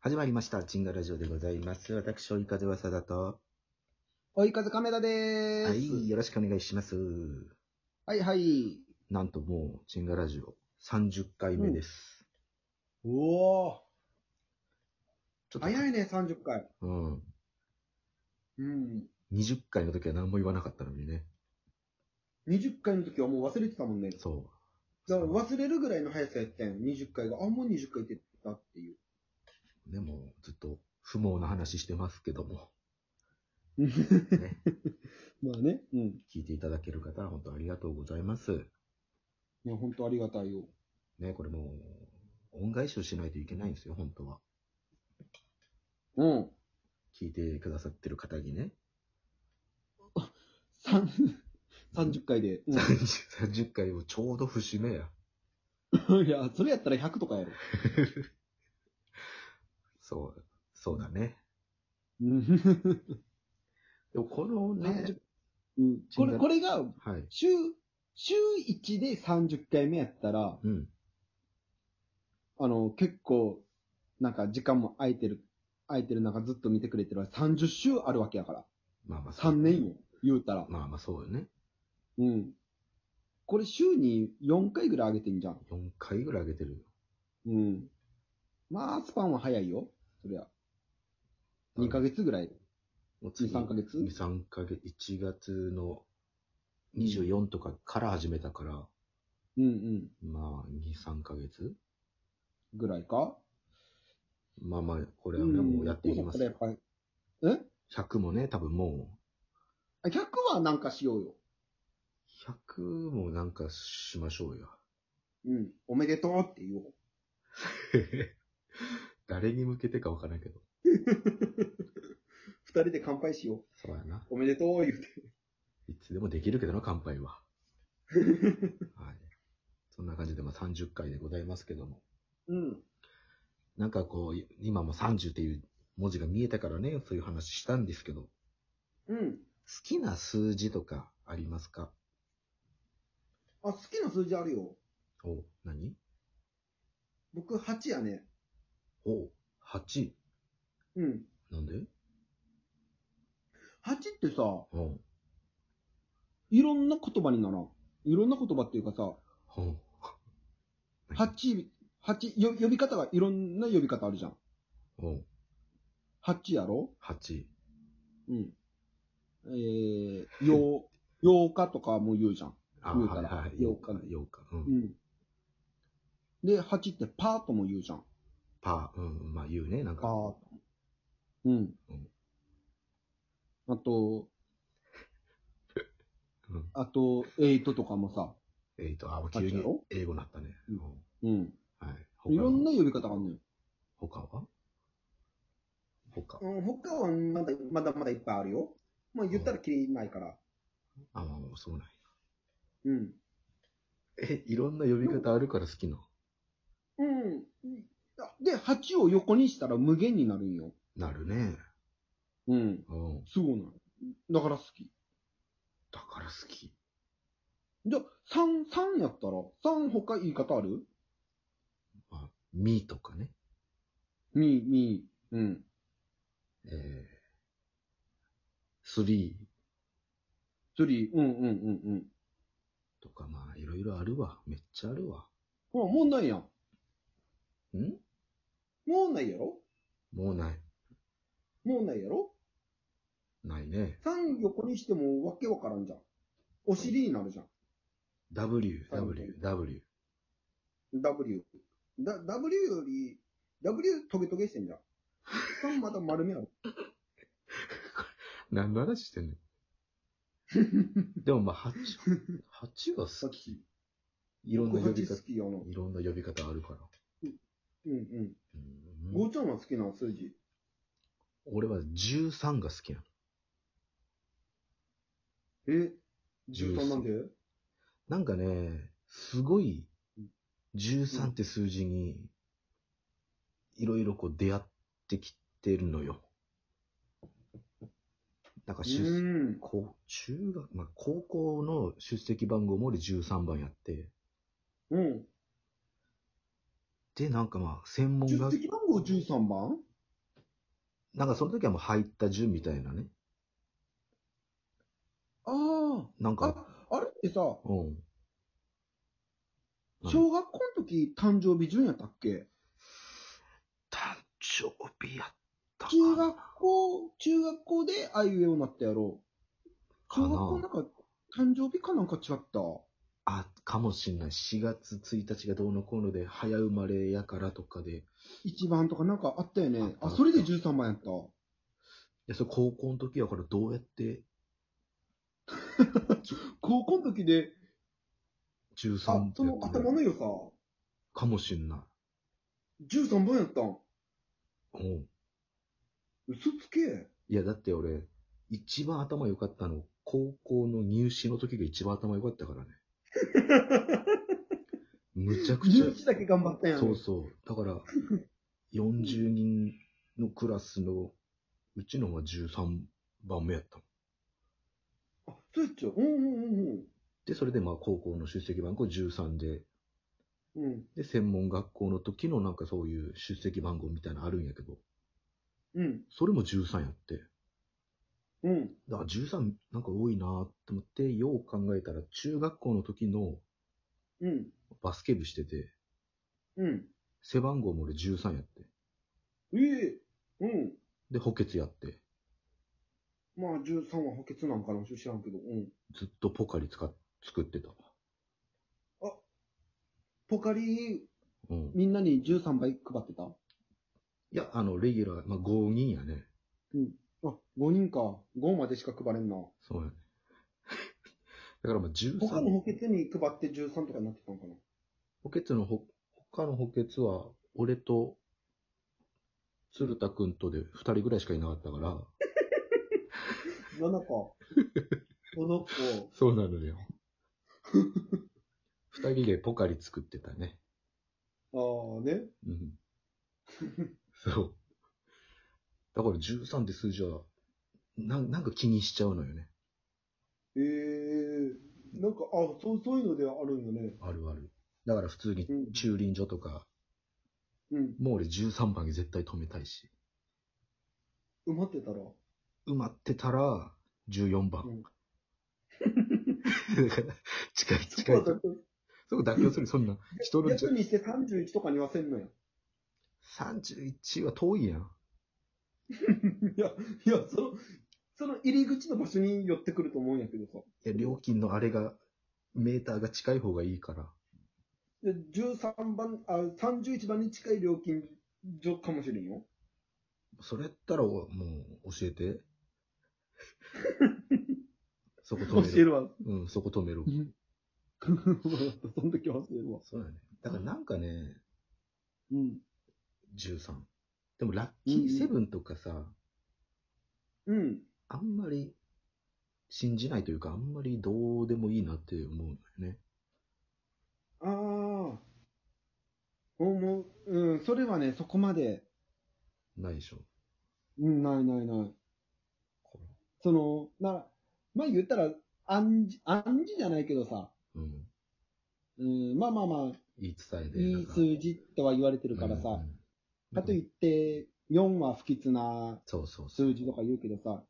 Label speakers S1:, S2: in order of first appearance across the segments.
S1: 始まりました。チンガラジオでございます。私、追い風はさだと。
S2: 追い風亀田で
S1: は
S2: ー
S1: い、
S2: す。
S1: よろしくお願いします。
S2: はい、はい、はい。
S1: なんともう、チンガラジオ30回目です。
S2: おー、
S1: ちょっと、
S2: 早いね、30回。
S1: うん。
S2: うん。
S1: 20回の時は何も言わなかったのにね。
S2: 20回の時はもう忘れてたもんね。
S1: そ
S2: だから忘れるぐらいの速さやったやん、20回が。あ、もう20回ってたっていう。
S1: う。でも、ずっと不毛な話してますけど も、ね
S2: まあね。うん。
S1: 聞いていただける方は本当ありがとうございます。
S2: いや、本当ありがたいよ。
S1: ね、これもう、恩返しをしないといけないんですよ、本当は。
S2: うん。
S1: 聞いてくださってる方にね。
S2: 三 30回で。
S1: 30, 30回をちょうど節目や。
S2: うん。いや、それやったら100とかやろ。
S1: そう、そうだね。
S2: うん。
S1: でもこの ね、
S2: うんこれ、これが、
S1: はい。
S2: 週、週1で30回目やったら、
S1: うん。
S2: あの、結構、なんか時間も空いてる、空いてる中ずっと見てくれてるわ30週あるわけやから。
S1: まあまあそう
S2: 3年よ、言うたら。
S1: まあまあそうよね。
S2: うん。これ週に4回ぐらい上げてんじゃん。
S1: 4回ぐらい上げてるよ。
S2: うん。まあ、スパンは早いよ。そりゃ。2ヶ月ぐらい。
S1: もう
S2: 2、3ヶ月
S1: ?2、3ヶ月。1月の24とかから始めたから、
S2: うんうん。
S1: まあ、2、3ヶ月
S2: ぐらいか
S1: まあまあ、これはね、もうやっていきます
S2: うん
S1: よ
S2: こ。れやっぱりえ
S1: 100もね、多分も
S2: あ ?100 はなんかしようよ。
S1: う、100もなんかしましょう よ。
S2: うん。おめでとうって言おう。
S1: 誰に向けてかわからんけど。
S2: 二人で乾杯しよう。
S1: そうやな。
S2: おめでとう言うて。
S1: いつでもできるけどな、乾杯は。はい。そんな感じで、まあ30回でございますけども。
S2: うん。
S1: なんかこう、今も30っていう文字が見えたからね、そういう話したんですけど、好
S2: うん。
S1: きな数字とかありますか
S2: あ、好きな数字あるよ。
S1: お、何
S2: 僕8やね。
S1: お、8。
S2: うん。
S1: なんで
S2: 8ってさ、
S1: お、
S2: いろんな言葉にならん。いろんな言葉っていうかさ、
S1: お、
S2: 8、8、よ呼び方がいろんな呼び方あるじゃん。
S1: お、
S2: 8やろ
S1: 8。
S2: うん。えー、よう、8日とかも言うじゃん。
S1: あ、
S2: 言うた
S1: はい
S2: ら
S1: はい、8
S2: 8
S1: 日
S2: 日、
S1: 8日。う。
S2: うんん。で、8ってパーとも言うじゃん。
S1: パー、うん、まあ言うね、なんか。
S2: ーうん
S1: うん。
S2: あと
S1: うん、
S2: あと、8とかもさ、
S1: えっと、あ、急
S2: 8
S1: に
S2: やろ
S1: 英語になったね。
S2: うん
S1: お
S2: うん。
S1: はい。他はい
S2: ろんな呼び方があるのよ。
S1: 他は他。
S2: うん、他はまだまだまだいっぱいあるよ。まあ言ったらきりないから。
S1: あ、まあまあそうない。
S2: うん。
S1: え、いろんな呼び方あるから好きな。
S2: うん。あで、8を横にしたら無限になるんよ。
S1: なるね。
S2: うん。
S1: うん。
S2: すごいな。だから好き。
S1: だから好き。
S2: じゃあ、3、三やったら、3他言い方ある
S1: まあ、みとかね。
S2: み、み、うん。
S1: えー、スリー
S2: 3、うんうんうんうん。
S1: とか、まあ、いろいろあるわ。めっちゃあるわ。
S2: ほら、問題やん。
S1: ん
S2: 問題やろ
S1: もうない。
S2: 問題やろ
S1: ないね。
S2: ?3 横にしてもわけわからんじゃん。お尻になるじゃん。
S1: W、
S2: ある
S1: W、W。
S2: W。だ、W より、W トゲトゲしてんじゃん。3また丸めある。
S1: 何の話 してんのでもまあ、8、八が好き。
S2: き。
S1: いろんな呼び
S2: 8
S1: 方
S2: 好、きよな。
S1: いろんな呼び方あるから。
S2: うんうん。
S1: うん
S2: ゴーちゃんは好きな数字。
S1: 俺は13が好きなの。
S2: え ?13 なんで
S1: なんかね、すごい
S2: うん、
S1: 13って数字に、いろいろこう出会ってきてるのよ。なんか
S2: う
S1: 出、
S2: ーん。
S1: こう中学、まあ、高校の出席番号も俺13番やって、
S2: うん。
S1: で、なんかまあ、専門
S2: 出
S1: 学
S2: 席番号13番
S1: なんかその時はもう入った順みたいなね。
S2: あ
S1: なん
S2: あ。
S1: か、
S2: あ、あれってさ、
S1: うん。何
S2: 小学校の時誕生日順やったっけ
S1: 誕生日やったかな
S2: 中学校、中学校であいうようになったやろ。
S1: か
S2: 中学校
S1: な
S2: なんか誕生日かなんか違った。
S1: あ、かもしんない。4月1日がどうのこうので、早生まれやからとかで。い
S2: 一番とかなんかあったよ
S1: あ
S2: ね
S1: っ。た
S2: あ、それで13番やった。
S1: や、それ高校の時やからどうやって
S2: 高校の時で、あ
S1: 13、
S2: その頭の良さ、
S1: かもしんな
S2: 13番やったん。
S1: い。うん。
S2: 嘘つ け。
S1: いや、だって俺、一番頭良かったの、高校の入試の時が一番頭良かったからね。むちゃくちゃ。
S2: 入試だけ頑張ったやん
S1: そうそう。だ から、40人のクラスの、うちのは13番目やったの。
S2: あ、そうやっちゃう。うんうんうん
S1: で、それでまあ高校の出席番号13で、
S2: うん。うん。
S1: で、専門学校の時のなんかそういう出席番号みたいなのあるんやけど、
S2: うん。
S1: それも13やって。
S2: うん。
S1: だから13なんか多いなと思って、よう考えたら中学校の時の
S2: うん。
S1: バスケ部してて、
S2: うん。
S1: 背番号も俺13やって。
S2: ええうん。
S1: で、補欠やって。
S2: まあ13は補欠なんかな、知らんけど。うん。
S1: ずっとポカリ使っ作ってたわ。
S2: ポカリ、
S1: うん。
S2: みんなに13倍配ってたあ、
S1: いや、あの、レギュラー、まあ、5人やね。
S2: 5人か。5までしか配れんな。
S1: そうやね。 だからまあ
S2: 他の
S1: 13、
S2: 補欠に配って13とかになってたんかな。
S1: 補欠のほ、他の補欠は、俺と、鶴田くんとで2人ぐらいしかいなかったから、
S2: 7か。7個。
S1: そうなの よ。2人でポカリ作ってたね。
S2: ああね。
S1: うん。そう。だから13って数字は、なんなんか気にしちゃうのよね。
S2: ええなんか、あ、そう、そういうのではあるんよね。
S1: あるある。だから普通に
S2: うん
S1: 駐輪所とか、
S2: うん。
S1: もう俺13番に絶対止めたいし、
S2: 埋まってたら。
S1: 埋まってたら14番。だから 近い近い。そこ妥協する、そんな。人の
S2: 逆にして31とかにはせんのや。
S1: 31は遠いやん。
S2: いや、いや、その、その入り口の場所に寄ってくると思うんやけどさ。
S1: いや、料金のあれが、メーターが近い方がいいから。
S2: で、13番、あ、31番に近い料金所かもしれんよ。
S1: それやったら、おもう、教え て。そこ
S2: 教
S1: 止め
S2: え
S1: る。
S2: る わ。
S1: うん、そこ止める。
S2: その時は教えるわ。
S1: そうだね。だからなんかね、
S2: うん。
S1: 13。でもラッキーセブンとかさ、
S2: うん。
S1: あんまり信じないというか、あんまりどうでもいいなって思うのよね。
S2: ああ。もう、うん、それはね、そこまで、
S1: ないでしょ。
S2: うん、ないないない。その、な、まあ言ったら、暗示、暗示じゃないけどさ、
S1: うん。
S2: うん、まあまあまあ、
S1: 言い伝えで。
S2: いい数
S1: 字
S2: 字とは言われてるからさ、かといって、4は不吉な
S1: そうそうそう。
S2: 数字とか言うけどさ、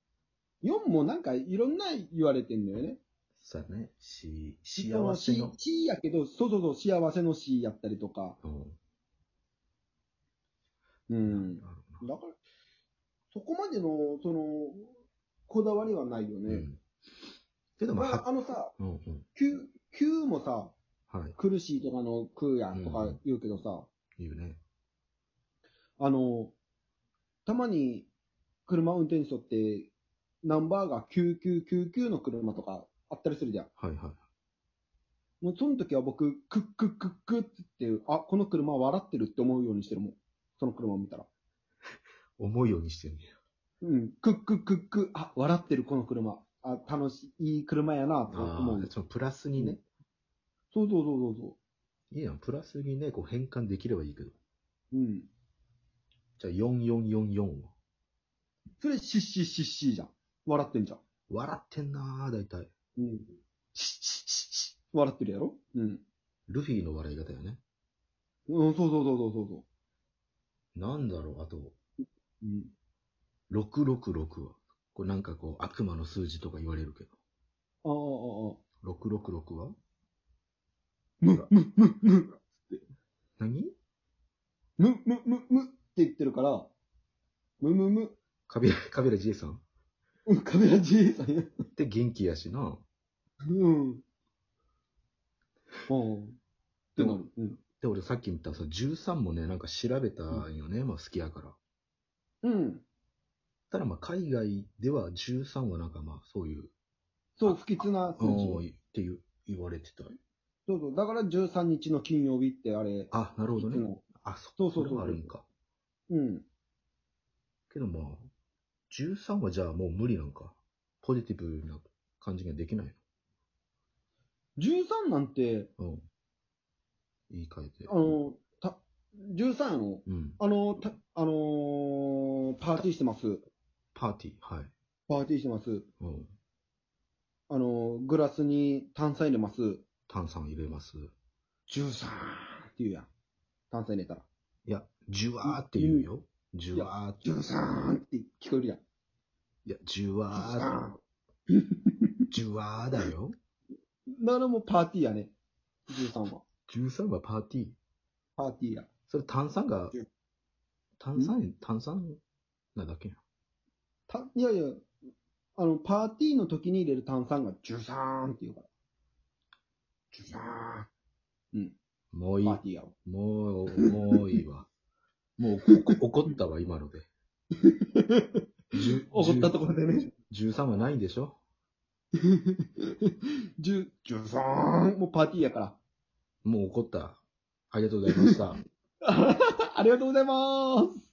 S2: 4もなんかいろんな言われてんだよね。
S1: そうだね。し、幸
S2: 人の
S1: せ
S2: 死
S1: の。
S2: 死やけど、そうそうそう、幸せの死やったりとか。
S1: うん。
S2: う。
S1: うん
S2: だ
S1: なるほ
S2: から、そこまでの、その、こだわりはないよ
S1: どう
S2: ね。
S1: ん。けどま
S2: ま
S1: あ、
S2: あ、
S1: は
S2: あのさ、
S1: うんうん。
S2: 9、9もさ、
S1: はい。
S2: 苦しいとかの空やとか言うけどさ、
S1: 言うね。
S2: あの、たまに車運転手とって、ナンバーが9999の車とかあったりするじゃん。
S1: はいはい。
S2: もうその時は僕、クックックックッつって、あ、この車笑ってるって思うようにしてるもん。その車を見たら。
S1: 思うようにしてんねや。
S2: うん。クックックック、あ、笑ってるこの車。あ、楽しい、いい車やな、と思
S1: あ
S2: う
S1: あ、。そのプラスにね。
S2: そうそうそうそうそ
S1: いいやん。プラスにね、こう変換できればいいけど。
S2: う。うん。
S1: じゃあ4444を。
S2: それ、シッシッシッシーじゃん。笑ってんじゃん。
S1: 笑ってんなー、大体。
S2: うん。シッシッシッシッ笑ってるやろうん。
S1: ルフィの笑い方よね。
S2: うん、そうそうそうそうそうそ
S1: なんだろう、あと、
S2: う。うん。
S1: 666は。これなんかこう、悪魔の数字とか言われるけ
S2: ああ、ああ、
S1: ど。666は
S2: む、む、む、む、
S1: 何
S2: む、む、む、むって言ってるから、むむむ、
S1: カビラ、 カビラ J さん
S2: うん、カメラ G さんや。
S1: って元気やしな。
S2: うん。ああ。ってなる。うん。
S1: で、俺さっき見たさ、13もね、なんか調べたんよね。まあ好きやから。
S2: うん。
S1: ただまあ海外では13はなんかまあそういう、
S2: そう、不吉な数
S1: お
S2: 字。
S1: ーいっていう言われてたよ。
S2: そうそう。だから13日の金曜日ってあれ、
S1: あ、なるほど
S2: いつ
S1: ね。
S2: も
S1: あ、そ
S2: そうそうそ
S1: れ
S2: う
S1: はあるんか。
S2: うん。
S1: けどまあ、13はじゃあもう無理なんか。ポジティブな感じができない
S2: 13なんて、
S1: の。うん。言い換えて。
S2: あの、た、13やろ
S1: うん。
S2: あの、た、あのーパーティーしてます。
S1: パーティー、はい。
S2: パーティーしてます。
S1: うん。
S2: あのーグラスに炭酸入れます。
S1: 炭酸入れます。
S2: 13って言うやん。炭酸入れたら。
S1: いや、ジュワーって言うよ。ジュワーって。
S2: 13って聞こえるやん。
S1: いや、ジュワ
S2: だ
S1: ー、ジュワーだよ。
S2: からもうパーティーやね。13は。
S1: 13はパーティー。
S2: パーティーや。
S1: それ炭酸が
S2: ジュ、
S1: 炭酸、炭酸なだけやん。
S2: た、いやいや、あの、パーティーの時に入れる炭酸が13って言うから。13。
S1: もういい
S2: パー。ティーやわ。
S1: もう、もういい わ。もう、ここ怒ったわ、今ので。10
S2: 怒ったところでね。
S1: 13はないんでしょ
S2: 10 13もうパーティーやから。
S1: もう怒った。ありがとうございました。
S2: ありがとうございます。